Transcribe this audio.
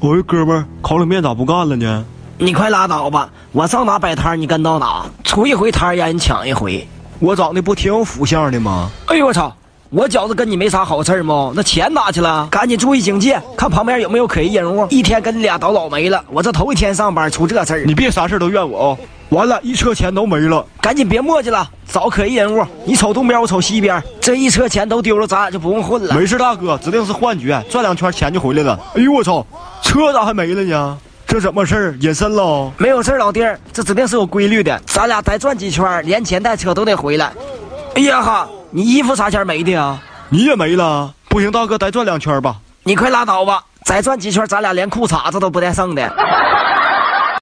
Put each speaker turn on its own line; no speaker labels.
喂，哥们儿，烤冷面咋不干了呢？
你快拉倒吧！我上哪摆摊，你跟到哪，出一回摊让人抢一回。
我长得不挺有福相的吗？
哎呦我操！我觉着跟你没啥好事儿吗？那钱哪去了？赶紧注意警戒，看旁边有没有可疑人物。一天跟你俩倒老霉了，我这头一天上班出这事儿，
你别啥事儿都怨我啊、完了，一车钱都没了。
赶紧别磨叽了，找可疑人物。你瞅东边，我瞅西边，这一车钱都丢了，咱俩就不用混了。
没事，大哥，指定是幻觉，转两圈钱就回来了。哎呦我操，车咋还没了呢？这怎么事儿？隐身了？哦
没有事儿，老弟儿，这指定是有规律的。咱俩再转几圈，连钱带车都得回来。哎呀哈，你衣服啥钱没的啊？
你也没了？不行，大哥，再转两圈吧。
你快拉倒吧！再转几圈，咱俩连裤衩子都不带剩的。